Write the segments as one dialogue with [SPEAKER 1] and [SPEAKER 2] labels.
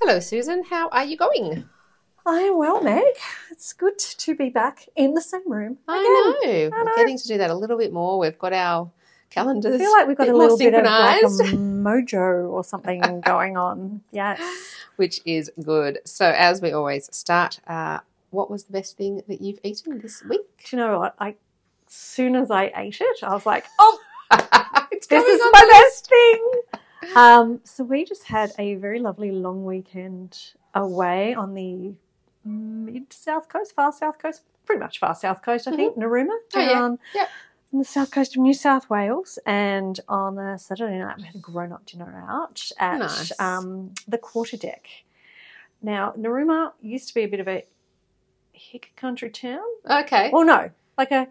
[SPEAKER 1] Hello, Susan. How are you going?
[SPEAKER 2] I am well, Meg. It's good to be back in the same room.
[SPEAKER 1] I know.
[SPEAKER 2] I
[SPEAKER 1] We're
[SPEAKER 2] know.
[SPEAKER 1] getting to do that a little bit more. We've got our calendars.
[SPEAKER 2] I feel like we've got
[SPEAKER 1] bit
[SPEAKER 2] a
[SPEAKER 1] more
[SPEAKER 2] little bit of like a
[SPEAKER 1] synchronized,
[SPEAKER 2] mojo or something going on. Yes.
[SPEAKER 1] which is good. So, as we always start, uh, what was the best thing that you've eaten this week?
[SPEAKER 2] Do you know what? I, as soon as I ate it, I was like, oh,
[SPEAKER 1] it's
[SPEAKER 2] this
[SPEAKER 1] coming
[SPEAKER 2] is
[SPEAKER 1] on
[SPEAKER 2] my
[SPEAKER 1] the
[SPEAKER 2] best thing. Um, so we just had a very lovely long weekend away on the mid south coast, far south coast, pretty much far south coast, I think, Naruma
[SPEAKER 1] Oh, yeah.
[SPEAKER 2] down
[SPEAKER 1] Yep.
[SPEAKER 2] on the south coast of New South Wales. And on a Saturday night, we had a grown up dinner out at
[SPEAKER 1] Nice.
[SPEAKER 2] um, the quarter deck. Now, Naruma used to be a bit of a hick country town.
[SPEAKER 1] list. Okay.
[SPEAKER 2] Well, no, like a,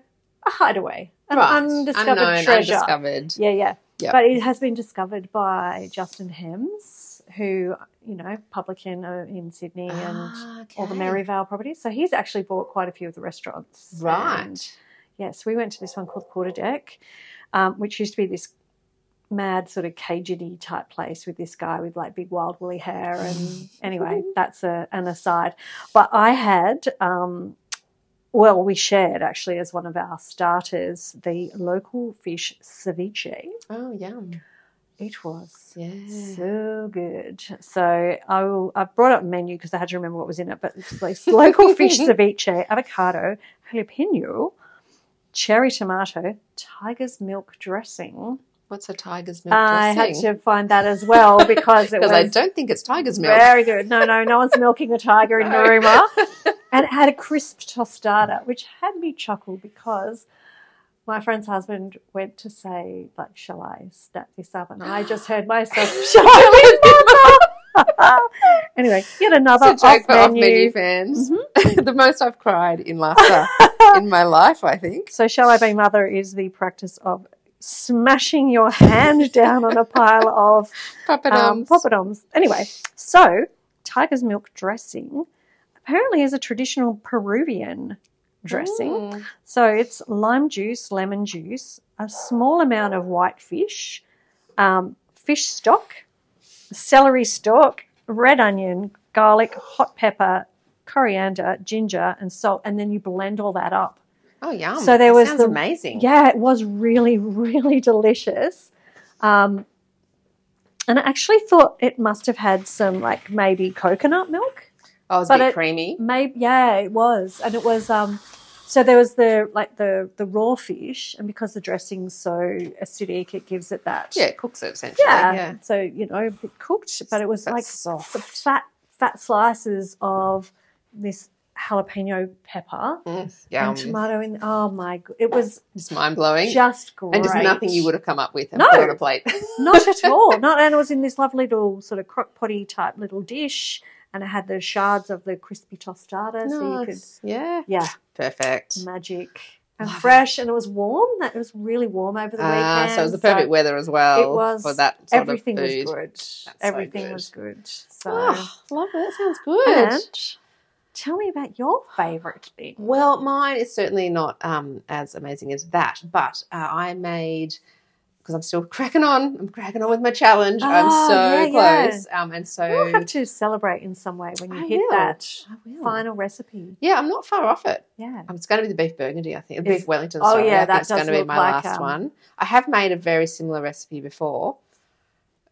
[SPEAKER 2] a hideaway, an
[SPEAKER 1] Right.
[SPEAKER 2] undiscovered
[SPEAKER 1] Unknown,
[SPEAKER 2] treasure.
[SPEAKER 1] undiscovered.
[SPEAKER 2] Yeah, yeah.
[SPEAKER 1] Yeah.
[SPEAKER 2] But it has been discovered by Justin Hems, who, you know, publican uh, in Sydney and
[SPEAKER 1] Ah,
[SPEAKER 2] all the
[SPEAKER 1] okay.
[SPEAKER 2] Maryvale properties. So he's actually bought quite a few of the restaurants. And
[SPEAKER 1] Right.
[SPEAKER 2] yes, we went to this one called Quarter Deck, um, which used to be this mad sort of Cajun type place with this guy with like big wild woolly hair. And anyway, that's a, an aside. But I had. Um, well, we shared actually as one of our starters the local fish ceviche.
[SPEAKER 1] Oh, yum.
[SPEAKER 2] It was
[SPEAKER 1] Yeah.
[SPEAKER 2] so good. So I will, I brought up menu because I had to remember what was in it. But it's like local fish ceviche, avocado, jalapeno, cherry tomato, tiger's milk dressing.
[SPEAKER 1] What's a tiger's milk
[SPEAKER 2] I had
[SPEAKER 1] dressing?
[SPEAKER 2] to find that as well because it
[SPEAKER 1] Because
[SPEAKER 2] was
[SPEAKER 1] I don't think it's tiger's milk.
[SPEAKER 2] very good. No, no, no one's milking a tiger in
[SPEAKER 1] No.
[SPEAKER 2] Naruma. And it had a crisp tostada, which had me chuckle because my friend's husband went to say, like, shall I snap this up? And I just heard myself, shall I mother? anyway, yet another
[SPEAKER 1] It's a joke for
[SPEAKER 2] off Mm-hmm.
[SPEAKER 1] off menu
[SPEAKER 2] menu.
[SPEAKER 1] fans. the most I've cried in laughter in my life, I think.
[SPEAKER 2] So shall I be mother is the practice of smashing your hand down on a pile of um,
[SPEAKER 1] Papadums.
[SPEAKER 2] poppadoms. Anyway, so tiger's milk dressing apparently is a traditional Peruvian dressing.
[SPEAKER 1] Mm.
[SPEAKER 2] So it's lime juice, lemon juice, a small amount of white fish, um, fish stock, celery stalk, red onion, garlic, hot pepper, coriander, ginger, and salt, and then you blend all that up.
[SPEAKER 1] Oh, yum.
[SPEAKER 2] So there
[SPEAKER 1] That
[SPEAKER 2] was
[SPEAKER 1] sounds
[SPEAKER 2] the-
[SPEAKER 1] amazing.
[SPEAKER 2] Yeah, it was really, really delicious. Um, and I actually thought it must have had some, like, maybe coconut milk.
[SPEAKER 1] Oh, it was a
[SPEAKER 2] But
[SPEAKER 1] bit
[SPEAKER 2] it-
[SPEAKER 1] creamy.
[SPEAKER 2] Maybe, yeah, it was. And it was, um, so there was the, like, the, the raw fish. And because the dressing's so acidic, it gives it that.
[SPEAKER 1] Yeah, it cooks it essentially.
[SPEAKER 2] Yeah.
[SPEAKER 1] Yeah.
[SPEAKER 2] So, you know, a bit cooked, but it was
[SPEAKER 1] That's
[SPEAKER 2] like
[SPEAKER 1] soft.
[SPEAKER 2] the fat, fat slices of this jalapeno pepper
[SPEAKER 1] Mm, yum.
[SPEAKER 2] and tomato. In, oh my, go- it was
[SPEAKER 1] It's mind blowing.
[SPEAKER 2] just great.
[SPEAKER 1] And just nothing you would have come up with and
[SPEAKER 2] No.
[SPEAKER 1] put on a plate.
[SPEAKER 2] Not at all. Not, and it was in this lovely little sort of crock potty type little dish, and it had the shards of the crispy tostada, so you could,
[SPEAKER 1] Nice. Yeah.
[SPEAKER 2] yeah,
[SPEAKER 1] Perfect.
[SPEAKER 2] magic and
[SPEAKER 1] Love it.
[SPEAKER 2] fresh, and it was warm. That it was really warm over the
[SPEAKER 1] Ah,
[SPEAKER 2] weekend.
[SPEAKER 1] so it was the perfect weather as well
[SPEAKER 2] it was-
[SPEAKER 1] for that sort
[SPEAKER 2] everything
[SPEAKER 1] of food.
[SPEAKER 2] was good.
[SPEAKER 1] so
[SPEAKER 2] everything
[SPEAKER 1] good.
[SPEAKER 2] was good. So,
[SPEAKER 1] Oh, love it. That sounds good.
[SPEAKER 2] and tell me about your favourite thing.
[SPEAKER 1] Well, mine is certainly not um, as amazing as that, but uh, I made because I'm still cracking on. I'm cracking on with my challenge.
[SPEAKER 2] Oh,
[SPEAKER 1] I'm so
[SPEAKER 2] yeah, yeah.
[SPEAKER 1] close, um, and so
[SPEAKER 2] We'll have to celebrate in some way when you
[SPEAKER 1] I
[SPEAKER 2] hit
[SPEAKER 1] will.
[SPEAKER 2] that
[SPEAKER 1] I will.
[SPEAKER 2] final recipe.
[SPEAKER 1] Yeah, I'm not far off it.
[SPEAKER 2] Yeah.
[SPEAKER 1] Um, it's going to be the beef burgundy, I think. The
[SPEAKER 2] Is-
[SPEAKER 1] beef Wellington.
[SPEAKER 2] oh,
[SPEAKER 1] sorry.
[SPEAKER 2] yeah,
[SPEAKER 1] I
[SPEAKER 2] that
[SPEAKER 1] think it's
[SPEAKER 2] does
[SPEAKER 1] going to be
[SPEAKER 2] look
[SPEAKER 1] my
[SPEAKER 2] like,
[SPEAKER 1] last
[SPEAKER 2] um,
[SPEAKER 1] one. I have made a very similar recipe before,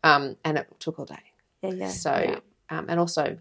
[SPEAKER 1] um, and it took all day.
[SPEAKER 2] Yeah, yeah.
[SPEAKER 1] so,
[SPEAKER 2] yeah.
[SPEAKER 1] um, and also,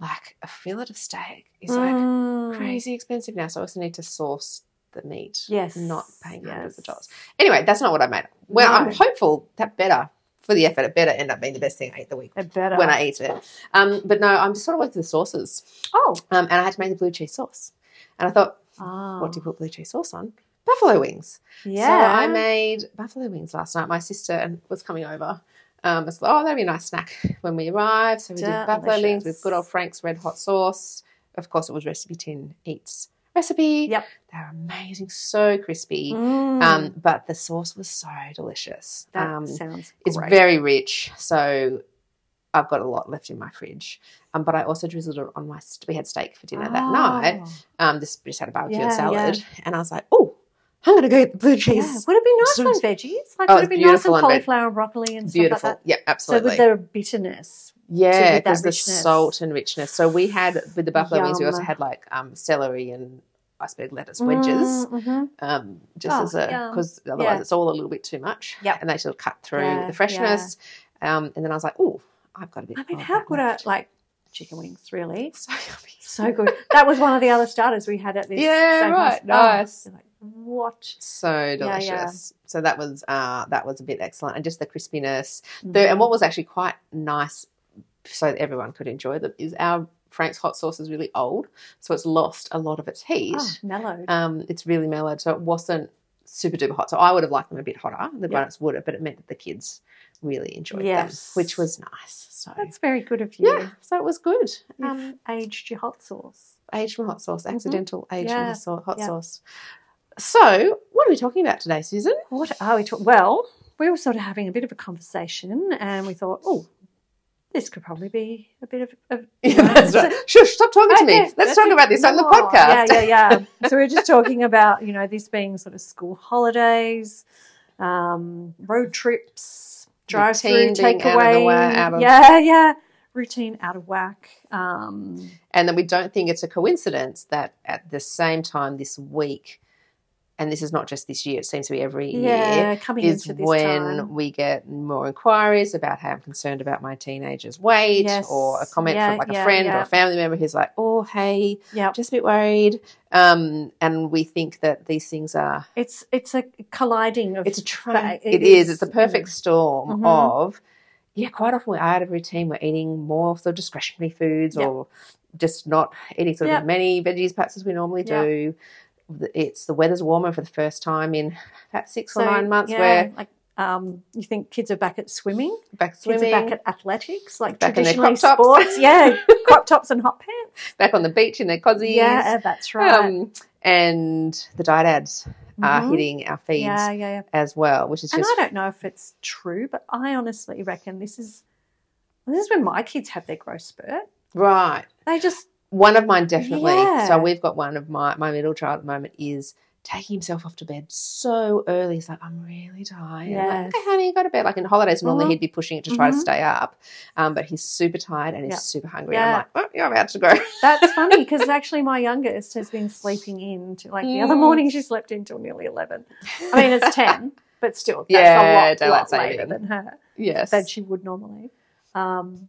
[SPEAKER 1] like a fillet of steak is
[SPEAKER 2] Mm.
[SPEAKER 1] like crazy expensive now. So I also need to source the meat.
[SPEAKER 2] Yes.
[SPEAKER 1] not paying hundreds of
[SPEAKER 2] yes.
[SPEAKER 1] dollars. Anyway, that's not what I made. Well, I'm
[SPEAKER 2] No.
[SPEAKER 1] hopeful that better for the effort, it better end up being the best thing I ate the week
[SPEAKER 2] It better.
[SPEAKER 1] when I eat it. Um, but no, I'm just sort of working through the sauces.
[SPEAKER 2] oh,
[SPEAKER 1] Um, and I had to make the blue cheese sauce. And I thought,
[SPEAKER 2] ah,
[SPEAKER 1] what do you put blue cheese sauce on? Buffalo wings.
[SPEAKER 2] Yeah,
[SPEAKER 1] So I made buffalo wings last night. My sister was coming over. Um, I was like, oh, that'd be a nice snack when we arrive. So we did buffalo wings
[SPEAKER 2] Delicious.
[SPEAKER 1] with good old Frank's red hot sauce. Of course, it was Recipe 10 Eats recipe.
[SPEAKER 2] Yep.
[SPEAKER 1] They're amazing, so crispy.
[SPEAKER 2] Mm,
[SPEAKER 1] Um, but the sauce was so delicious.
[SPEAKER 2] that
[SPEAKER 1] um,
[SPEAKER 2] sounds
[SPEAKER 1] it's
[SPEAKER 2] great.
[SPEAKER 1] very rich, so I've got a lot left in my fridge. Um, but I also drizzled it on my. St- we had steak for dinner that night.
[SPEAKER 2] Oh,
[SPEAKER 1] Um, this we just had a barbecue and
[SPEAKER 2] Yeah,
[SPEAKER 1] salad, and I was like, oh, I'm gonna go get the blue
[SPEAKER 2] Yeah.
[SPEAKER 1] cheese.
[SPEAKER 2] Would it be nice
[SPEAKER 1] so-
[SPEAKER 2] on veggies? Like,
[SPEAKER 1] Oh,
[SPEAKER 2] would
[SPEAKER 1] it's
[SPEAKER 2] it be nice on
[SPEAKER 1] beautiful on veg-
[SPEAKER 2] cauliflower and broccoli and
[SPEAKER 1] Beautiful,
[SPEAKER 2] stuff like
[SPEAKER 1] yeah,
[SPEAKER 2] that? So
[SPEAKER 1] absolutely.
[SPEAKER 2] with the bitterness,
[SPEAKER 1] Yeah,
[SPEAKER 2] with that
[SPEAKER 1] because the
[SPEAKER 2] richness.
[SPEAKER 1] salt and richness. So we had with the buffalo wings, we also
[SPEAKER 2] Yum.
[SPEAKER 1] had like um, celery and iceberg lettuce wedges,
[SPEAKER 2] Mm, mhm.
[SPEAKER 1] um, just
[SPEAKER 2] Oh,
[SPEAKER 1] as a
[SPEAKER 2] yum.
[SPEAKER 1] because otherwise
[SPEAKER 2] Yeah.
[SPEAKER 1] it's all a little bit too much.
[SPEAKER 2] Yep.
[SPEAKER 1] and they sort of cut through
[SPEAKER 2] Yeah,
[SPEAKER 1] the freshness. Um, and then I was like, oh, I've got a bit.
[SPEAKER 2] I mean,
[SPEAKER 1] of
[SPEAKER 2] how
[SPEAKER 1] that
[SPEAKER 2] good are
[SPEAKER 1] left."
[SPEAKER 2] like chicken wings? Really,
[SPEAKER 1] So yummy.
[SPEAKER 2] so good. that was one of the other starters we had at this.
[SPEAKER 1] Yeah,
[SPEAKER 2] same
[SPEAKER 1] right,
[SPEAKER 2] house.
[SPEAKER 1] nice.
[SPEAKER 2] Oh, like, what?
[SPEAKER 1] So
[SPEAKER 2] Yeah,
[SPEAKER 1] delicious.
[SPEAKER 2] yeah.
[SPEAKER 1] So that was uh, that was a bit excellent, and just the crispiness. The,
[SPEAKER 2] Mm-hmm. Mm.
[SPEAKER 1] and what was actually quite nice, so that everyone could enjoy them, is our Frank's hot sauce is really old, so it's lost a lot of its heat.
[SPEAKER 2] Oh, mellowed.
[SPEAKER 1] Um, it's really mellowed, so it wasn't super duper hot. So I would have liked them a bit hotter. The
[SPEAKER 2] Yeah.
[SPEAKER 1] grown-ups would have, but it meant that the kids really enjoyed
[SPEAKER 2] Yes.
[SPEAKER 1] them, which was nice. So
[SPEAKER 2] That's very good of you.
[SPEAKER 1] yeah, so it was good.
[SPEAKER 2] You've
[SPEAKER 1] Um,
[SPEAKER 2] aged your hot sauce.
[SPEAKER 1] aged from hot sauce, accidental aged from
[SPEAKER 2] Mm-hmm. Yeah.
[SPEAKER 1] hot sau- hot
[SPEAKER 2] Yeah.
[SPEAKER 1] sauce. So what are we talking about today, Susan?
[SPEAKER 2] What are we talking? Well, we were sort of having a bit of a conversation, and we thought, oh, this could probably be a bit of. of
[SPEAKER 1] Yeah, that's right. Shush, stop talking to me.
[SPEAKER 2] Okay,
[SPEAKER 1] Let's talk
[SPEAKER 2] it.
[SPEAKER 1] about this on the
[SPEAKER 2] No.
[SPEAKER 1] podcast.
[SPEAKER 2] Yeah, yeah, yeah. so we were just talking about you know this being sort of school holidays, um, road trips, drive through,
[SPEAKER 1] Routine being out of
[SPEAKER 2] takeaway,
[SPEAKER 1] the wa- out of-
[SPEAKER 2] yeah, yeah, routine out of whack. Um,
[SPEAKER 1] And that we don't think it's a coincidence that at the same time this week, and this is not just this year, it seems to be every year,
[SPEAKER 2] yeah, coming
[SPEAKER 1] is
[SPEAKER 2] into this
[SPEAKER 1] when
[SPEAKER 2] time.
[SPEAKER 1] we get more inquiries about how I'm concerned about my teenager's weight
[SPEAKER 2] Yes.
[SPEAKER 1] or a comment
[SPEAKER 2] Yeah,
[SPEAKER 1] from like
[SPEAKER 2] yeah,
[SPEAKER 1] a friend or
[SPEAKER 2] yeah.
[SPEAKER 1] a family member who's like, oh, hey,
[SPEAKER 2] Yeah,
[SPEAKER 1] just a bit worried. Um, and we think that these things are
[SPEAKER 2] it's it's a colliding of
[SPEAKER 1] It's a try.
[SPEAKER 2] fa-
[SPEAKER 1] It is. It's a perfect storm
[SPEAKER 2] Mhm.
[SPEAKER 1] of, yeah, quite often we're out of routine. We're eating more sort of discretionary foods
[SPEAKER 2] Yep.
[SPEAKER 1] or just not eating sort of
[SPEAKER 2] Yep.
[SPEAKER 1] as many veggies perhaps as we normally
[SPEAKER 2] Yep.
[SPEAKER 1] do. The- It's the weather's warmer for the first time in perhaps six
[SPEAKER 2] So,
[SPEAKER 1] or nine months.
[SPEAKER 2] yeah,
[SPEAKER 1] We're
[SPEAKER 2] like um, you think kids are back at swimming,
[SPEAKER 1] back swimming,
[SPEAKER 2] kids are
[SPEAKER 1] back,
[SPEAKER 2] back at athletics, like
[SPEAKER 1] Back in their
[SPEAKER 2] traditionally
[SPEAKER 1] crop tops.
[SPEAKER 2] sports, yeah, crop tops and hot pants.
[SPEAKER 1] on the beach in their cozies.
[SPEAKER 2] Yeah, that's right.
[SPEAKER 1] Um, uh, and the diet ads are
[SPEAKER 2] Mhm.
[SPEAKER 1] hitting our feeds
[SPEAKER 2] Yeah, yeah, yeah.
[SPEAKER 1] as well, which is
[SPEAKER 2] And
[SPEAKER 1] just
[SPEAKER 2] I don't know if it's true, but I honestly reckon this is this is when my kids have their growth spurt.
[SPEAKER 1] right.
[SPEAKER 2] They just
[SPEAKER 1] One of mine definitely.
[SPEAKER 2] Yeah.
[SPEAKER 1] So we've got one of my my middle child at the moment is taking himself off to bed so early. He's like, I'm really tired. I'm like,
[SPEAKER 2] Yes.
[SPEAKER 1] okay, honey, go to bed. Like in holidays, normally
[SPEAKER 2] Mhm.
[SPEAKER 1] he'd be pushing it to try
[SPEAKER 2] Mhm.
[SPEAKER 1] to stay up, um, but he's super tired and he's
[SPEAKER 2] Yeah.
[SPEAKER 1] super hungry.
[SPEAKER 2] Yeah.
[SPEAKER 1] I'm like, oh, you're about to go.
[SPEAKER 2] that's funny because actually my youngest has been sleeping in to, like the other
[SPEAKER 1] Mm.
[SPEAKER 2] morning she slept in till nearly eleven. I mean it's ten, but still that's
[SPEAKER 1] Yeah,
[SPEAKER 2] a
[SPEAKER 1] daylight
[SPEAKER 2] lot, lot later
[SPEAKER 1] saving.
[SPEAKER 2] than her
[SPEAKER 1] yes.
[SPEAKER 2] than she would normally. Um,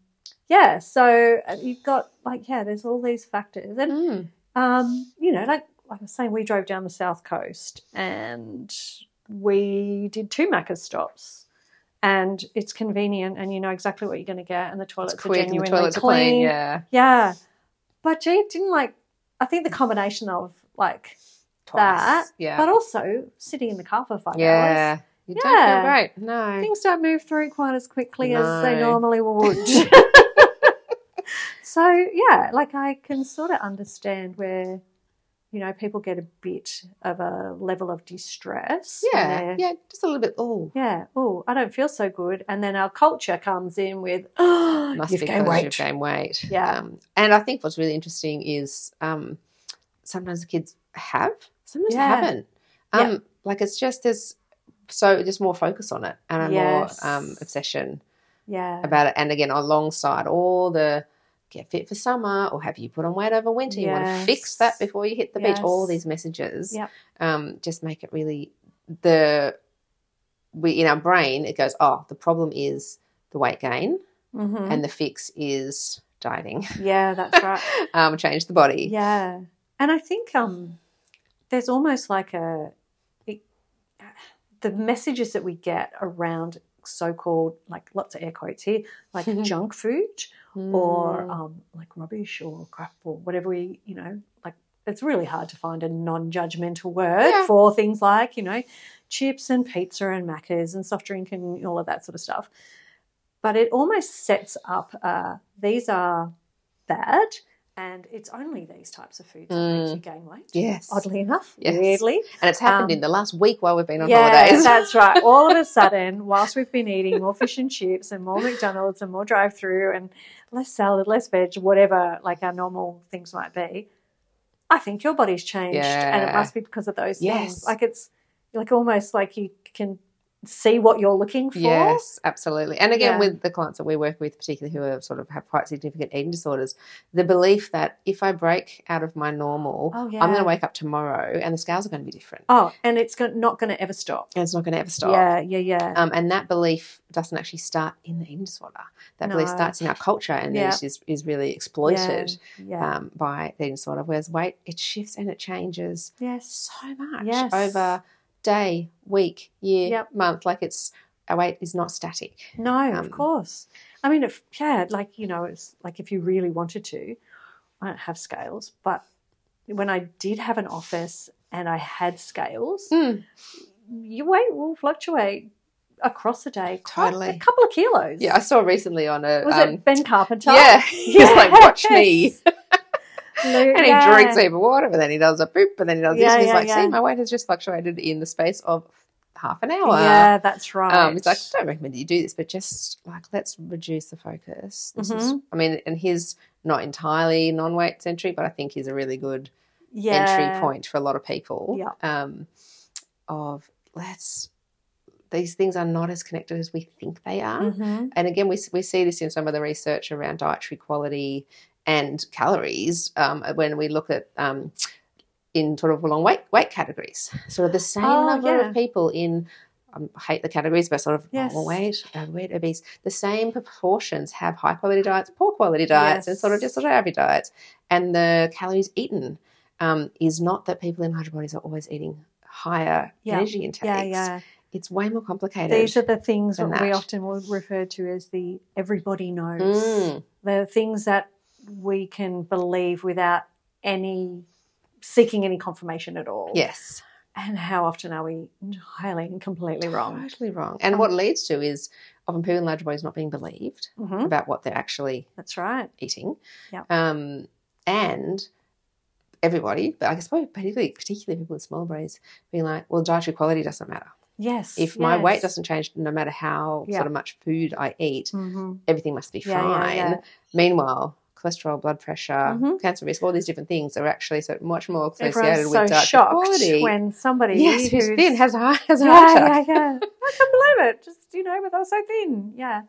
[SPEAKER 2] yeah, so uh, you've got like yeah, there's all these factors, and
[SPEAKER 1] Mm.
[SPEAKER 2] um, you know, like like I was saying, we drove down the south coast and we did two Macca's stops. And it's convenient, and you know exactly what you're going to get, and the toilets
[SPEAKER 1] It's quick
[SPEAKER 2] are
[SPEAKER 1] and the
[SPEAKER 2] genuinely
[SPEAKER 1] toilets are
[SPEAKER 2] clean.
[SPEAKER 1] clean. Yeah.
[SPEAKER 2] yeah, but gee, it didn't like. I think the combination of like, That,
[SPEAKER 1] Yeah.
[SPEAKER 2] but also sitting in the car for five hours,
[SPEAKER 1] yeah. You don't
[SPEAKER 2] Yeah.
[SPEAKER 1] feel great. No.
[SPEAKER 2] things don't move through quite as quickly as they
[SPEAKER 1] No.
[SPEAKER 2] normally would. so yeah, like I can sort of understand where you know people get a bit of a level of distress. when
[SPEAKER 1] Yeah.
[SPEAKER 2] they're-
[SPEAKER 1] Yeah. Just a little bit. Oh.
[SPEAKER 2] Yeah. Oh, I don't feel so good. And then our culture comes in with, oh,
[SPEAKER 1] must
[SPEAKER 2] you've
[SPEAKER 1] be
[SPEAKER 2] gained
[SPEAKER 1] because
[SPEAKER 2] weight.
[SPEAKER 1] you've gained weight.
[SPEAKER 2] Yeah.
[SPEAKER 1] Um, and I think what's really interesting is um, sometimes the kids have, sometimes
[SPEAKER 2] Yeah.
[SPEAKER 1] they haven't.
[SPEAKER 2] Yeah.
[SPEAKER 1] Um, Like it's just there's so just more focus on it and a
[SPEAKER 2] Yes.
[SPEAKER 1] more um, obsession
[SPEAKER 2] yeah.
[SPEAKER 1] about it. And again, alongside all the get fit for summer or have you put on weight over winter? You want to fix
[SPEAKER 2] Yes.
[SPEAKER 1] that before you hit the beach. All
[SPEAKER 2] Yes.
[SPEAKER 1] these messages
[SPEAKER 2] Yep.
[SPEAKER 1] um, just make it really the we in our brain it goes oh the problem is the weight gain
[SPEAKER 2] Mhm.
[SPEAKER 1] and the fix is dieting.
[SPEAKER 2] yeah, that's right.
[SPEAKER 1] Um, change the body.
[SPEAKER 2] Yeah. And I think um, there's almost like a, it, the messages that we get around so called, like lots of air quotes here, like junk food
[SPEAKER 1] Mm.
[SPEAKER 2] or um, like rubbish or crap or whatever we, you know, like it's really hard to find a non judgmental word
[SPEAKER 1] Yeah.
[SPEAKER 2] for things like, you know, chips and pizza and macas and soft drink and all of that sort of stuff. But it almost sets up uh, these are bad and it's only these types of foods that
[SPEAKER 1] Mm.
[SPEAKER 2] make you gain weight.
[SPEAKER 1] yes,
[SPEAKER 2] Oddly enough,
[SPEAKER 1] Yes.
[SPEAKER 2] weirdly.
[SPEAKER 1] and it's happened
[SPEAKER 2] um,
[SPEAKER 1] in the last week while we've been on
[SPEAKER 2] Yeah,
[SPEAKER 1] holidays.
[SPEAKER 2] that's right. All of a sudden, whilst we've been eating more fish and chips and more McDonald's and more drive through and less salad, less veg, whatever like our normal things might be, I think your body's changed. And it
[SPEAKER 1] Yeah.
[SPEAKER 2] must be because of those
[SPEAKER 1] Yes.
[SPEAKER 2] things. Like it's like almost like you can see what you're looking for.
[SPEAKER 1] Yes, absolutely. And again,
[SPEAKER 2] Yeah.
[SPEAKER 1] with the clients that we work with, particularly who are sort of have quite significant eating disorders, the belief that if I break out of my normal,
[SPEAKER 2] Oh,
[SPEAKER 1] I'm going
[SPEAKER 2] yeah.
[SPEAKER 1] to wake up tomorrow and the scales are going to be different,
[SPEAKER 2] Oh, and it's go- not going to ever stop.
[SPEAKER 1] and it's not going to ever stop.
[SPEAKER 2] Yeah, yeah, yeah.
[SPEAKER 1] Um, and that belief doesn't actually start in the eating disorder. That belief
[SPEAKER 2] No.
[SPEAKER 1] starts in our culture, and then
[SPEAKER 2] Yeah.
[SPEAKER 1] it is, is really exploited
[SPEAKER 2] Yeah. yeah.
[SPEAKER 1] um, by the eating disorder. Whereas weight, it shifts and it changes
[SPEAKER 2] yes.
[SPEAKER 1] so much
[SPEAKER 2] Yes.
[SPEAKER 1] over day, week, year,
[SPEAKER 2] Yep.
[SPEAKER 1] month. Like it's our weight is not static.
[SPEAKER 2] No,
[SPEAKER 1] Um,
[SPEAKER 2] of course. I mean, if, yeah, like, you know, it's like if you really wanted to, I don't have scales, but when I did have an office and I had scales,
[SPEAKER 1] Hmm.
[SPEAKER 2] your weight will fluctuate across the day quite
[SPEAKER 1] Totally.
[SPEAKER 2] a couple of kilos.
[SPEAKER 1] Yeah, I saw recently on a
[SPEAKER 2] Was
[SPEAKER 1] um,
[SPEAKER 2] it Ben Carpenter?
[SPEAKER 1] yeah, he's like watch me,
[SPEAKER 2] Yes. Lu-
[SPEAKER 1] and
[SPEAKER 2] yeah.
[SPEAKER 1] he drinks even water, but then he does a poop, and then he does this.
[SPEAKER 2] Yeah,
[SPEAKER 1] and he's
[SPEAKER 2] yeah,
[SPEAKER 1] like,
[SPEAKER 2] yeah.
[SPEAKER 1] see, my weight has just fluctuated in the space of half an hour.
[SPEAKER 2] Yeah, that's right.
[SPEAKER 1] Um, it's like, I don't recommend that you do this, but just like let's reduce the focus. This
[SPEAKER 2] Mm-hmm.
[SPEAKER 1] is, I mean, and his not entirely non-weight centric, but I think he's a really good entry point for a lot of people.
[SPEAKER 2] Yeah.
[SPEAKER 1] Um, of let's these things are not as connected as we think they are.
[SPEAKER 2] Mhm.
[SPEAKER 1] And again, we we see this in some of the research around dietary quality and calories um, when we look at. Um, in sort of along weight weight categories, sort of the same
[SPEAKER 2] Oh,
[SPEAKER 1] number
[SPEAKER 2] yeah.
[SPEAKER 1] of people in um, I hate the categories, but sort of
[SPEAKER 2] Yes.
[SPEAKER 1] overweight, overweight, obese. The same proportions have high quality diets, poor quality diets, and sort of
[SPEAKER 2] Yes.
[SPEAKER 1] just sort of average diets and the calories eaten um, is not that people in larger bodies are always eating higher
[SPEAKER 2] Yeah.
[SPEAKER 1] energy intakes.
[SPEAKER 2] Yeah, yeah.
[SPEAKER 1] It's way more complicated.
[SPEAKER 2] These are the things
[SPEAKER 1] than
[SPEAKER 2] that we
[SPEAKER 1] that.
[SPEAKER 2] often will refer to as the everybody knows.
[SPEAKER 1] Mm,
[SPEAKER 2] The things that we can believe without any seeking any confirmation at all.
[SPEAKER 1] yes,
[SPEAKER 2] And how often are we entirely and completely wrong?
[SPEAKER 1] totally wrong. And what leads to is often people in larger bodies not being believed
[SPEAKER 2] hmm
[SPEAKER 1] about what they're actually
[SPEAKER 2] That's right.
[SPEAKER 1] eating.
[SPEAKER 2] Yep.
[SPEAKER 1] Um, and everybody, but I suppose particularly particularly people in smaller bodies, being like, well, dietary quality doesn't matter.
[SPEAKER 2] Yes.
[SPEAKER 1] If my weight
[SPEAKER 2] yes.
[SPEAKER 1] doesn't change, no matter how
[SPEAKER 2] Yeah.
[SPEAKER 1] sort of much food I eat,
[SPEAKER 2] Mhm.
[SPEAKER 1] everything must be
[SPEAKER 2] Yeah, yeah,
[SPEAKER 1] fine.
[SPEAKER 2] yeah.
[SPEAKER 1] Meanwhile, cholesterol, blood pressure,
[SPEAKER 2] Mhm.
[SPEAKER 1] cancer risk, all these different things are actually so much more associated
[SPEAKER 2] Everyone's
[SPEAKER 1] with
[SPEAKER 2] so
[SPEAKER 1] dietary
[SPEAKER 2] shocked
[SPEAKER 1] quality.
[SPEAKER 2] when somebody
[SPEAKER 1] yes, who's
[SPEAKER 2] who's-
[SPEAKER 1] thin has a heart, has a
[SPEAKER 2] yeah,
[SPEAKER 1] heart
[SPEAKER 2] yeah,
[SPEAKER 1] attack.
[SPEAKER 2] yeah. I can't believe it. Just you know, but they were so thin. Yeah.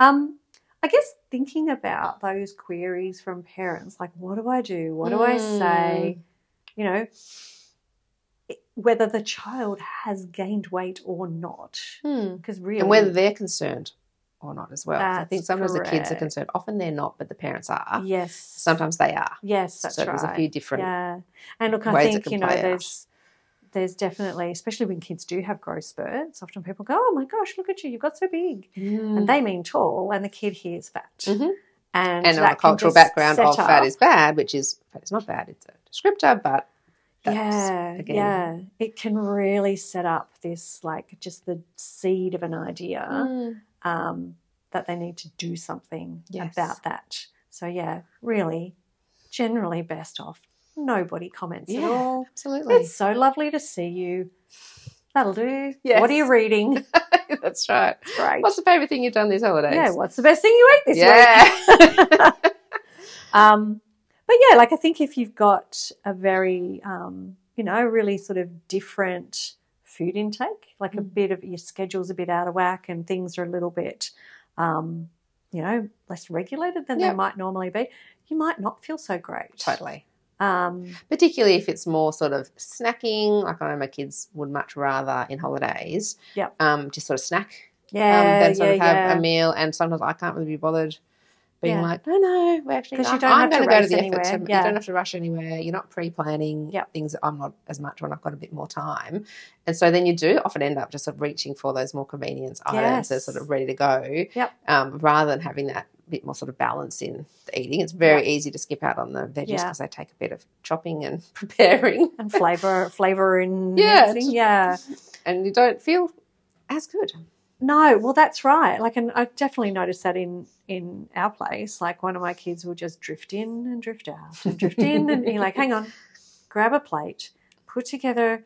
[SPEAKER 2] Um, I guess thinking about those queries from parents, like, what do I do? What do I say?
[SPEAKER 1] Mm.
[SPEAKER 2] You know, it- whether the child has gained weight or not,
[SPEAKER 1] Hmm.
[SPEAKER 2] because really,
[SPEAKER 1] And whether they're concerned or not as well. I
[SPEAKER 2] That's
[SPEAKER 1] think sometimes the kids are
[SPEAKER 2] correct.
[SPEAKER 1] concerned. Often they're not, but the parents are.
[SPEAKER 2] yes,
[SPEAKER 1] Sometimes they are.
[SPEAKER 2] yes, that's
[SPEAKER 1] so
[SPEAKER 2] right.
[SPEAKER 1] there's a few different.
[SPEAKER 2] yeah, and look, I
[SPEAKER 1] ways it
[SPEAKER 2] think
[SPEAKER 1] can
[SPEAKER 2] you know,
[SPEAKER 1] play out.
[SPEAKER 2] there's there's definitely, especially when kids do have growth spurts, often people go, "Oh my gosh, look at you! You got so big."
[SPEAKER 1] Hmm.
[SPEAKER 2] and they mean tall, and the kid here is fat.
[SPEAKER 1] Mhm.
[SPEAKER 2] And,
[SPEAKER 1] Mm. And on
[SPEAKER 2] that
[SPEAKER 1] a
[SPEAKER 2] can
[SPEAKER 1] cultural
[SPEAKER 2] just
[SPEAKER 1] background
[SPEAKER 2] set
[SPEAKER 1] of fat
[SPEAKER 2] up-
[SPEAKER 1] is bad, which is fat is not bad. It's a descriptor, but that's,
[SPEAKER 2] yeah,
[SPEAKER 1] again-
[SPEAKER 2] yeah. It can really set up this like just the seed of an idea
[SPEAKER 1] Mm.
[SPEAKER 2] um, that they need to do something
[SPEAKER 1] Yes.
[SPEAKER 2] about that. So yeah, really, generally best off nobody comments
[SPEAKER 1] yeah,
[SPEAKER 2] at all.
[SPEAKER 1] absolutely.
[SPEAKER 2] It's so lovely to see you. That'll do.
[SPEAKER 1] Yes.
[SPEAKER 2] What are you reading?
[SPEAKER 1] that's right.
[SPEAKER 2] Great.
[SPEAKER 1] What's the favorite thing you've done these holidays?
[SPEAKER 2] yeah. What's the best thing you ate this week?
[SPEAKER 1] yeah.
[SPEAKER 2] Um, but yeah, like I think if you've got a very, um, you know, really sort of different food intake, like a
[SPEAKER 1] Mm.
[SPEAKER 2] bit of your schedule's a bit out of whack and things are a little bit, um, you know, less regulated than
[SPEAKER 1] Yep.
[SPEAKER 2] they might normally be, you might not feel so great.
[SPEAKER 1] totally.
[SPEAKER 2] Um,
[SPEAKER 1] Particularly if it's more sort of snacking. Like I know my kids would much rather in holidays,
[SPEAKER 2] Yep.
[SPEAKER 1] um, just sort of snack um,
[SPEAKER 2] yeah,
[SPEAKER 1] than sort
[SPEAKER 2] Uh, yeah,
[SPEAKER 1] of have um,
[SPEAKER 2] yeah.
[SPEAKER 1] a meal. And sometimes I can't really be bothered being
[SPEAKER 2] Yeah.
[SPEAKER 1] like, no, no, we're actually
[SPEAKER 2] 'Cause you
[SPEAKER 1] I'm-
[SPEAKER 2] don't
[SPEAKER 1] I'm
[SPEAKER 2] have to
[SPEAKER 1] going to go to
[SPEAKER 2] race
[SPEAKER 1] the effort.
[SPEAKER 2] anywhere.
[SPEAKER 1] To,
[SPEAKER 2] Yeah.
[SPEAKER 1] You don't have to rush anywhere. You're not pre-planning
[SPEAKER 2] Yep.
[SPEAKER 1] things. that I'm not as much when I've got a bit more time, and so then you do often end up just sort of reaching for those more convenience items that are
[SPEAKER 2] Yes.
[SPEAKER 1] sort of ready to go,
[SPEAKER 2] Yep.
[SPEAKER 1] um, rather than having that bit more sort of balance in the eating. It's very easy to skip out on the veggies
[SPEAKER 2] Yeah.
[SPEAKER 1] because they take a bit of chopping and preparing,
[SPEAKER 2] and flavor, flavor in,
[SPEAKER 1] Yeah, just-
[SPEAKER 2] everything, yeah.
[SPEAKER 1] and you don't feel as good.
[SPEAKER 2] No, well, that's right. Like, and I definitely noticed that in in our place. Like, one of my kids will just drift in and drift out and drift in, and you're like, "Hang on, grab a plate, put together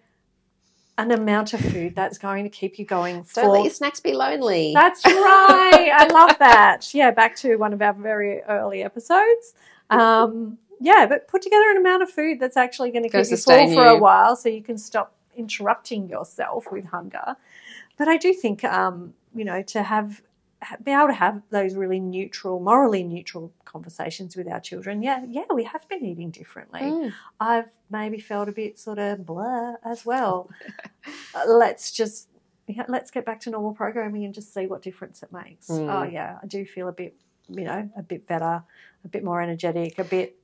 [SPEAKER 2] an amount of food that's going to keep you going
[SPEAKER 1] Don't let
[SPEAKER 2] for."
[SPEAKER 1] your snacks be lonely.
[SPEAKER 2] That's right. I love that. Yeah, back to one of our very early episodes. Um, yeah, but put together an amount of food that's actually going to
[SPEAKER 1] Gonna
[SPEAKER 2] keep you full
[SPEAKER 1] sustain
[SPEAKER 2] for a
[SPEAKER 1] you.
[SPEAKER 2] while, so you can stop interrupting yourself with hunger. But I do think, um, you know, to have be able to have those really neutral, morally neutral conversations with our children. Yeah, yeah, we have been eating differently.
[SPEAKER 1] Mm.
[SPEAKER 2] I've maybe felt a bit sort of blah as well. Uh, let's just yeah, let's get back to normal programming and just see what difference it makes.
[SPEAKER 1] Mm.
[SPEAKER 2] Oh yeah, I do feel a bit, you know, a bit better, a bit more energetic, a bit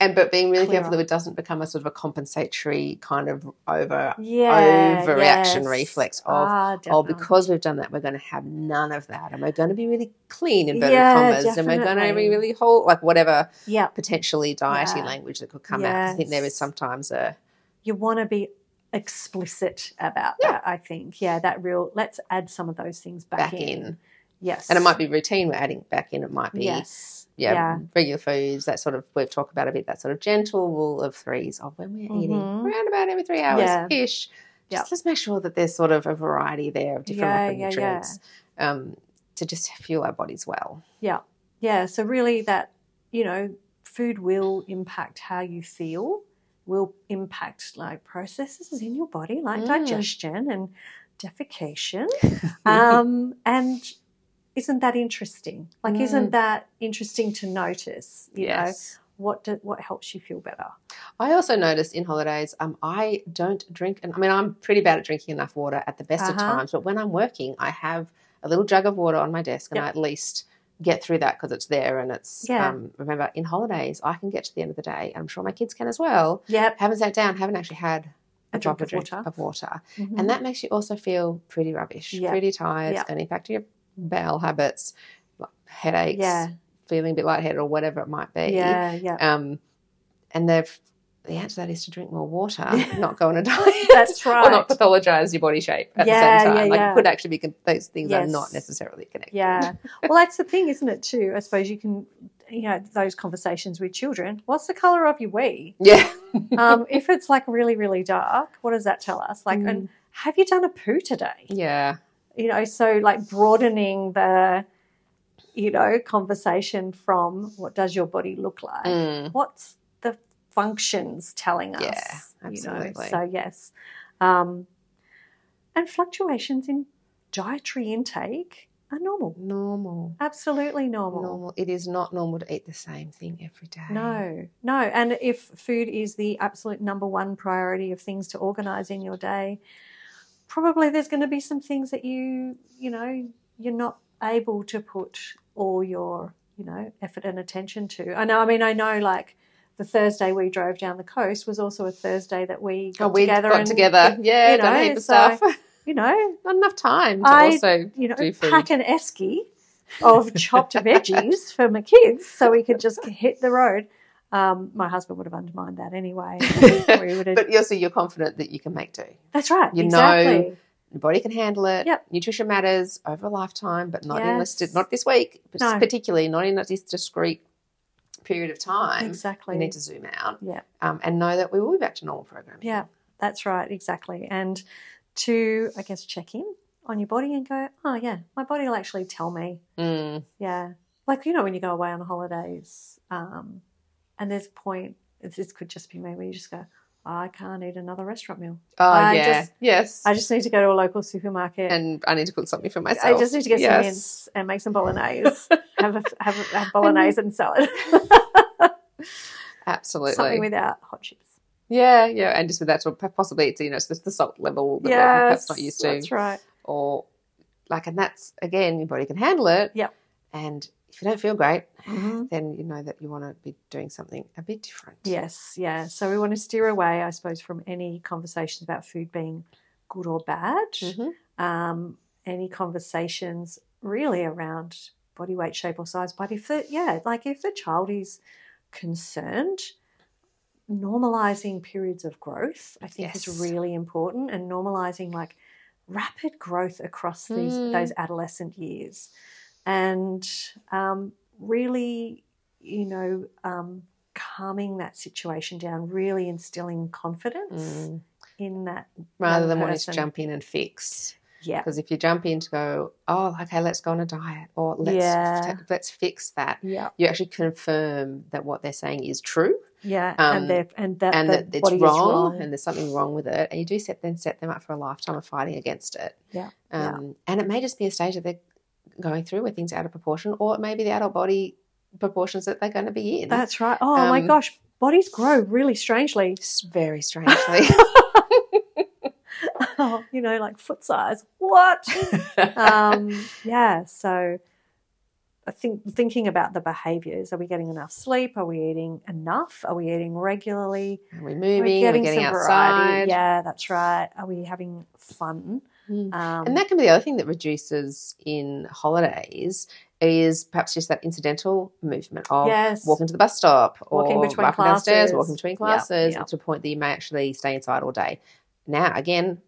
[SPEAKER 1] And but being really careful
[SPEAKER 2] Clearer.
[SPEAKER 1] that it doesn't become a sort of a compensatory kind of over oh,
[SPEAKER 2] yeah
[SPEAKER 1] Overreaction
[SPEAKER 2] yes.
[SPEAKER 1] reflex of,
[SPEAKER 2] Ah,
[SPEAKER 1] oh,
[SPEAKER 2] definitely.
[SPEAKER 1] because we've done that, we're going to have none of that, and we're going to be really clean in inverted
[SPEAKER 2] Yeah,
[SPEAKER 1] commas, and we're going to
[SPEAKER 2] definitely.
[SPEAKER 1] be really whole, like whatever
[SPEAKER 2] yeah,
[SPEAKER 1] potentially diety
[SPEAKER 2] Yeah.
[SPEAKER 1] language that could come out. I think there
[SPEAKER 2] Yes.
[SPEAKER 1] is sometimes a
[SPEAKER 2] you want to be explicit about
[SPEAKER 1] Yeah.
[SPEAKER 2] that. I think yeah, that real. Let's add some of those things back,
[SPEAKER 1] back in,
[SPEAKER 2] Yes,
[SPEAKER 1] and it might be routine. We're adding back in. It might be
[SPEAKER 2] yes,
[SPEAKER 1] yeah, regular foods, that sort of, we've talked about a bit, that sort of gentle rule of threes of when we're eating
[SPEAKER 2] Mhm.
[SPEAKER 1] around about every three hours
[SPEAKER 2] Yeah.
[SPEAKER 1] ish. Just
[SPEAKER 2] Yep.
[SPEAKER 1] let's make sure that there's sort of a variety there of different
[SPEAKER 2] Yeah, yeah, yeah.
[SPEAKER 1] micronutrients Um, to just fuel our bodies well.
[SPEAKER 2] yeah so really that you know food will impact how you feel will impact like processes in your body like
[SPEAKER 1] Mm.
[SPEAKER 2] digestion and defecation um, and isn't that interesting like
[SPEAKER 1] Mm.
[SPEAKER 2] isn't that interesting to notice you know
[SPEAKER 1] yes.
[SPEAKER 2] what do, what helps you feel better
[SPEAKER 1] I also noticed in holidays, um, I don't drink, and I mean, I'm pretty bad at drinking enough water at the best of
[SPEAKER 2] Uh-huh.
[SPEAKER 1] times, but when I'm working, I have a little jug of water on my desk and
[SPEAKER 2] Yep.
[SPEAKER 1] I at least get through that because it's there and it's,
[SPEAKER 2] Yeah.
[SPEAKER 1] um, remember, in holidays, I can get to the end of the day, and I'm sure my kids can as well,
[SPEAKER 2] yep
[SPEAKER 1] haven't sat down, haven't actually had a,
[SPEAKER 2] A
[SPEAKER 1] drop of
[SPEAKER 2] drink of
[SPEAKER 1] drink
[SPEAKER 2] water.
[SPEAKER 1] of water.
[SPEAKER 2] Mhm.
[SPEAKER 1] And that makes you also feel pretty rubbish,
[SPEAKER 2] Yeah.
[SPEAKER 1] pretty tired.
[SPEAKER 2] Yeah.
[SPEAKER 1] It's going to impact your bowel habits, like headaches,
[SPEAKER 2] yeah
[SPEAKER 1] feeling a bit lightheaded or whatever it might be.
[SPEAKER 2] yeah yeah
[SPEAKER 1] Um, and they've, the answer to that is to drink more water,
[SPEAKER 2] Yeah.
[SPEAKER 1] not go on a diet.
[SPEAKER 2] that's
[SPEAKER 1] Or not
[SPEAKER 2] right
[SPEAKER 1] pathologize your body shape at
[SPEAKER 2] Yeah,
[SPEAKER 1] the same time.
[SPEAKER 2] yeah,
[SPEAKER 1] like
[SPEAKER 2] yeah.
[SPEAKER 1] it could actually be con- those things are
[SPEAKER 2] Yes.
[SPEAKER 1] not necessarily connected.
[SPEAKER 2] Yeah. Well, that's the thing, isn't it, too? I suppose you can, you know, those conversations with children. What's the colour of your wee?
[SPEAKER 1] yeah,
[SPEAKER 2] Um, if it's like really, really dark, what does that tell us? Like,
[SPEAKER 1] Mm.
[SPEAKER 2] and have you done a poo today?
[SPEAKER 1] yeah.
[SPEAKER 2] You know, so like broadening the, you know, conversation from what does your body look like?
[SPEAKER 1] Mm.
[SPEAKER 2] What's the functions telling us?
[SPEAKER 1] Yeah,
[SPEAKER 2] You know?
[SPEAKER 1] absolutely.
[SPEAKER 2] So, yes. Um, and fluctuations in dietary intake are normal.
[SPEAKER 1] Normal.
[SPEAKER 2] Absolutely normal.
[SPEAKER 1] Normal. It is not normal to eat the same thing every day.
[SPEAKER 2] No, no. And if food is the absolute number one priority of things to organise in your day, probably there's going to be some things that you, you know, you're not able to put all your, you know, effort and attention to. I know, I mean, I know like the Thursday we drove down the coast was also a Thursday that we got
[SPEAKER 1] Oh, we
[SPEAKER 2] together.
[SPEAKER 1] got
[SPEAKER 2] and,
[SPEAKER 1] together. Yeah,
[SPEAKER 2] you
[SPEAKER 1] done a
[SPEAKER 2] know,
[SPEAKER 1] heap of
[SPEAKER 2] so-
[SPEAKER 1] stuff.
[SPEAKER 2] You know,
[SPEAKER 1] Not enough time to
[SPEAKER 2] I-
[SPEAKER 1] also.
[SPEAKER 2] you know,
[SPEAKER 1] do food.
[SPEAKER 2] pack an esky of chopped veggies for my kids so we could just hit the road. Um, my husband would have undermined that anyway. We would have,
[SPEAKER 1] But also, you're confident that you can make do.
[SPEAKER 2] that's right.
[SPEAKER 1] you know,
[SPEAKER 2] exactly.
[SPEAKER 1] Your body can handle it.
[SPEAKER 2] Yep.
[SPEAKER 1] Nutrition matters over a lifetime, but not in
[SPEAKER 2] Yes.
[SPEAKER 1] this, not this week, but
[SPEAKER 2] No.
[SPEAKER 1] particularly not in this discrete period of time.
[SPEAKER 2] exactly.
[SPEAKER 1] We need to zoom out
[SPEAKER 2] Yeah.
[SPEAKER 1] um, and know that we will be back to normal programming.
[SPEAKER 2] Yeah, that's right. Exactly. And to, I guess, check in on your body and go, oh, yeah, my body will actually tell me.
[SPEAKER 1] Mm.
[SPEAKER 2] Yeah. Like, you know, when you go away on holidays um, and there's a point, this could just be me, where you just go, oh, I can't eat another restaurant meal.
[SPEAKER 1] Oh,
[SPEAKER 2] I
[SPEAKER 1] yeah.
[SPEAKER 2] just-
[SPEAKER 1] yes.
[SPEAKER 2] I just need to go to a local supermarket
[SPEAKER 1] and I need to cook something for
[SPEAKER 2] I
[SPEAKER 1] myself.
[SPEAKER 2] just need to get some
[SPEAKER 1] Yes.
[SPEAKER 2] mince and make some bolognese. have, a, have, a, have bolognese and salad.
[SPEAKER 1] Absolutely.
[SPEAKER 2] Something without hot chips.
[SPEAKER 1] yeah, yeah. And just with that, sort of- possibly it's, you know, it's just the salt level that we're perhaps not used to.
[SPEAKER 2] That's right.
[SPEAKER 1] or like, and that's again, your body can handle it.
[SPEAKER 2] Yep.
[SPEAKER 1] And if you don't feel great,
[SPEAKER 2] Mhm.
[SPEAKER 1] then you know that you want to be doing something a bit different.
[SPEAKER 2] Yes, yeah. So we want to steer away, I suppose, from any conversations about food being good or bad.
[SPEAKER 1] Mhm.
[SPEAKER 2] Um, any conversations really around body weight, shape, or size. But if the, yeah, like if the child is concerned, normalizing periods of growth, I think, is
[SPEAKER 1] Yes.
[SPEAKER 2] really important, and normalizing like rapid growth across these
[SPEAKER 1] Mm.
[SPEAKER 2] those adolescent years, and um, really, you know. Um, calming that situation down really instilling confidence
[SPEAKER 1] Mm.
[SPEAKER 2] in that
[SPEAKER 1] Rather
[SPEAKER 2] Another
[SPEAKER 1] than wanting to
[SPEAKER 2] person.
[SPEAKER 1] jump in and fix.
[SPEAKER 2] Yeah.
[SPEAKER 1] Because if you jump in to go, oh, okay, let's go on a diet or let's
[SPEAKER 2] Yeah.
[SPEAKER 1] let's fix that,
[SPEAKER 2] Yeah.
[SPEAKER 1] you actually confirm that what they're saying is true
[SPEAKER 2] Yeah.
[SPEAKER 1] Um,
[SPEAKER 2] and they're and that,
[SPEAKER 1] and
[SPEAKER 2] the
[SPEAKER 1] that it's
[SPEAKER 2] body
[SPEAKER 1] wrong,
[SPEAKER 2] is wrong.
[SPEAKER 1] and there's something wrong with it. And you do set then set them up for a lifetime of fighting against it.
[SPEAKER 2] Yeah, yeah.
[SPEAKER 1] Um, And it may just be a stage that they're going through where things are out of proportion, or it may be the adult body proportions that they're going to be in.
[SPEAKER 2] That's right. Oh my
[SPEAKER 1] Um,
[SPEAKER 2] gosh, bodies grow really strangely.
[SPEAKER 1] It's very strangely.
[SPEAKER 2] you know, like foot size. What? um, yeah. So I think thinking about the behaviors. Are we getting enough sleep? Are we eating enough? Are we eating regularly?
[SPEAKER 1] Are we moving? Are we getting outside?
[SPEAKER 2] Yeah, that's right. Are we having fun?
[SPEAKER 1] Mm.
[SPEAKER 2] Um,
[SPEAKER 1] And that can be the other thing that reduces in holidays is perhaps just that incidental movement of
[SPEAKER 2] yes.
[SPEAKER 1] walking to the bus stop or
[SPEAKER 2] Walking between
[SPEAKER 1] walking downstairs,
[SPEAKER 2] classes.
[SPEAKER 1] walking between
[SPEAKER 2] Yep,
[SPEAKER 1] classes
[SPEAKER 2] yep.
[SPEAKER 1] to a point that you may actually stay inside all day. Now, again,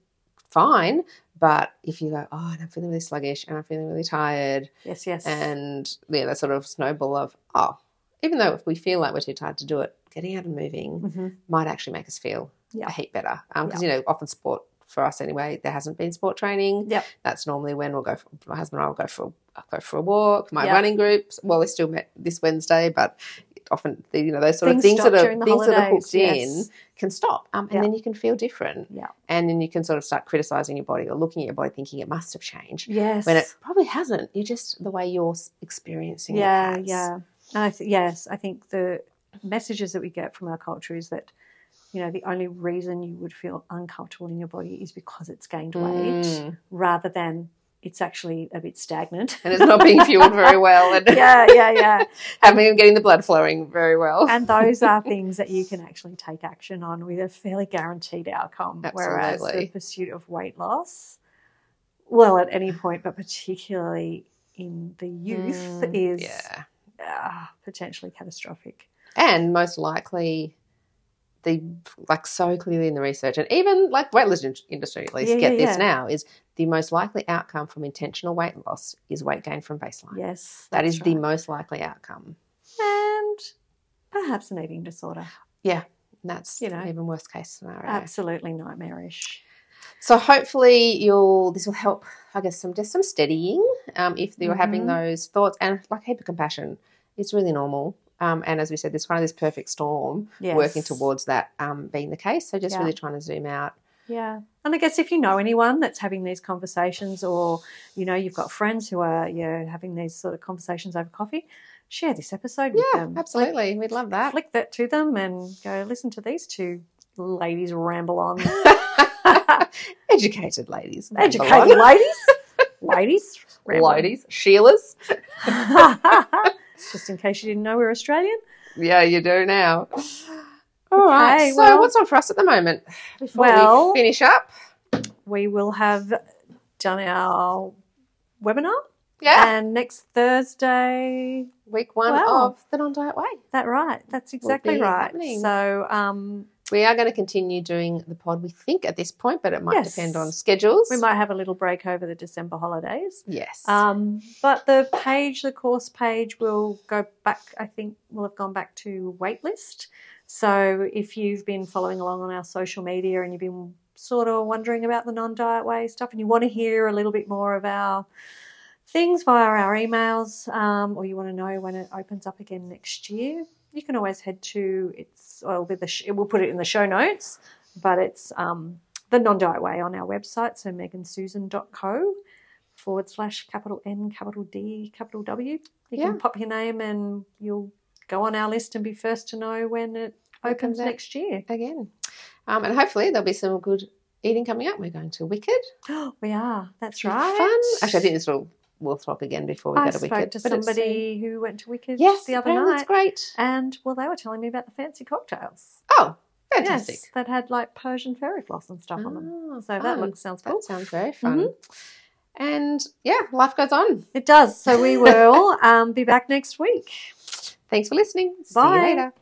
[SPEAKER 1] fine, but if you go, oh, and I'm feeling really sluggish and I'm feeling really tired,
[SPEAKER 2] yes. Yes.
[SPEAKER 1] and yeah, that sort of snowball of, oh, even though if we feel like we're too tired to do it, getting out and moving
[SPEAKER 2] hmm
[SPEAKER 1] might actually make us feel
[SPEAKER 2] Yeah.
[SPEAKER 1] a heap better. Because, you know, often sport for us anyway, there hasn't been sport training.
[SPEAKER 2] Yep.
[SPEAKER 1] That's normally when we'll go, for, my husband and I will go for, I'll go for a walk, my
[SPEAKER 2] Yep.
[SPEAKER 1] running groups. Well, they still met this Wednesday, but often, the, you know, those sort of
[SPEAKER 2] Things
[SPEAKER 1] things
[SPEAKER 2] stop
[SPEAKER 1] that are,
[SPEAKER 2] during the
[SPEAKER 1] things that are
[SPEAKER 2] holidays,
[SPEAKER 1] hooked in
[SPEAKER 2] yes.
[SPEAKER 1] can stop. Um, and
[SPEAKER 2] Yeah.
[SPEAKER 1] then you can feel different.
[SPEAKER 2] Yeah.
[SPEAKER 1] And then you can sort of start criticizing your body or looking at your body thinking it must have changed.
[SPEAKER 2] Yes.
[SPEAKER 1] When it probably hasn't, you just the way you're s- experiencing it.
[SPEAKER 2] yeah
[SPEAKER 1] has.
[SPEAKER 2] yeah and I th- yes i think the messages that we get from our culture is that you know the only reason you would feel uncomfortable in your body is because it's gained weight
[SPEAKER 1] Mm.
[SPEAKER 2] rather than it's actually a bit stagnant
[SPEAKER 1] And it's not being fueled very well and
[SPEAKER 2] yeah yeah yeah
[SPEAKER 1] having getting the blood flowing very well.
[SPEAKER 2] and those are things that you can actually take action on with a fairly guaranteed outcome whereas the
[SPEAKER 1] Absolutely.
[SPEAKER 2] pursuit of weight loss well at any point but particularly in the youth
[SPEAKER 1] Mm,
[SPEAKER 2] is
[SPEAKER 1] yeah
[SPEAKER 2] ah, potentially catastrophic
[SPEAKER 1] and most likely the like so clearly in the research and even like weightless in- industry at least
[SPEAKER 2] Yeah,
[SPEAKER 1] get
[SPEAKER 2] yeah,
[SPEAKER 1] this
[SPEAKER 2] yeah.
[SPEAKER 1] now is the most likely outcome from intentional weight loss is weight gain from baseline
[SPEAKER 2] Yes,
[SPEAKER 1] that
[SPEAKER 2] that's
[SPEAKER 1] is the
[SPEAKER 2] right.
[SPEAKER 1] most likely outcome
[SPEAKER 2] and perhaps an eating disorder.
[SPEAKER 1] and that's
[SPEAKER 2] You
[SPEAKER 1] you
[SPEAKER 2] know.
[SPEAKER 1] know even worst case scenario
[SPEAKER 2] Absolutely nightmarish.
[SPEAKER 1] so hopefully you'll this will help i guess some just some steadying um, if you're having
[SPEAKER 2] Mhm.
[SPEAKER 1] those thoughts and like heap of compassion it's really normal um, and as we said, this kind of this perfect storm
[SPEAKER 2] Yes.
[SPEAKER 1] working towards that um, being the case. So just
[SPEAKER 2] Yeah.
[SPEAKER 1] really trying to zoom out
[SPEAKER 2] Yeah, and I guess if you know anyone that's having these conversations, or you know you've got friends who are you know, having these sort of conversations over coffee, share this episode with
[SPEAKER 1] Yeah,
[SPEAKER 2] them.
[SPEAKER 1] absolutely. We'd love that.
[SPEAKER 2] Flick that to them and go listen to these two ladies ramble on.
[SPEAKER 1] Educated ladies.
[SPEAKER 2] Educated ladies, ladies, ramble on.
[SPEAKER 1] Ladies. Sheila's.
[SPEAKER 2] Just in case you didn't know, we're Australian.
[SPEAKER 1] Yeah, you do now. All right.
[SPEAKER 2] Okay,
[SPEAKER 1] so
[SPEAKER 2] well-
[SPEAKER 1] what's on for us at the moment? Before
[SPEAKER 2] Well-
[SPEAKER 1] we finish up.
[SPEAKER 2] we will have done our webinar.
[SPEAKER 1] Yeah.
[SPEAKER 2] And next Thursday,
[SPEAKER 1] Week one
[SPEAKER 2] Wow.
[SPEAKER 1] of the non diet way.
[SPEAKER 2] that right? That's exactly
[SPEAKER 1] be
[SPEAKER 2] right.
[SPEAKER 1] happening.
[SPEAKER 2] So, um,
[SPEAKER 1] We are going to continue doing the pod, we think, at this point, but it might
[SPEAKER 2] Yes.
[SPEAKER 1] depend on schedules.
[SPEAKER 2] we might have a little break over the December holidays.
[SPEAKER 1] Yes.
[SPEAKER 2] Um, but the page, the course page, will go back. I think will have gone back to waitlist. So if you've been following along on our social media and you've been sort of wondering about the non-diet way stuff, and you want to hear a little bit more of our things via our emails, um, or you want to know when it opens up again next year, you can always head to it's. Well, it'll be the sh- we'll put it in the show notes, but it's um, the non-diet way on our website. So megansusan.co forward slash capital N capital D capital W. You
[SPEAKER 1] Yeah.
[SPEAKER 2] can pop your name and you'll go on our list and be first to know when it opens
[SPEAKER 1] Opens up.
[SPEAKER 2] next year.
[SPEAKER 1] Again. Um, and hopefully there'll be some good eating coming up. We're going to Wicked.
[SPEAKER 2] we are. That's
[SPEAKER 1] Be
[SPEAKER 2] right.
[SPEAKER 1] Fun. Actually, I think this will, will flop again before we
[SPEAKER 2] I
[SPEAKER 1] go to
[SPEAKER 2] spoke
[SPEAKER 1] Wicked.
[SPEAKER 2] to
[SPEAKER 1] but it's soon.
[SPEAKER 2] somebody who went to Wicked
[SPEAKER 1] Yes,
[SPEAKER 2] the other
[SPEAKER 1] apparently
[SPEAKER 2] night,
[SPEAKER 1] It's great.
[SPEAKER 2] and well, they were telling me about the fancy cocktails.
[SPEAKER 1] Oh, fantastic.
[SPEAKER 2] Yes, that had like Persian fairy floss and stuff on them.
[SPEAKER 1] Ah,
[SPEAKER 2] So that
[SPEAKER 1] fun.
[SPEAKER 2] looks sounds
[SPEAKER 1] that
[SPEAKER 2] cool.
[SPEAKER 1] sounds very fun. And yeah, life goes on.
[SPEAKER 2] It does. So we will um, be back next week.
[SPEAKER 1] Thanks for listening. See
[SPEAKER 2] Bye.
[SPEAKER 1] you later.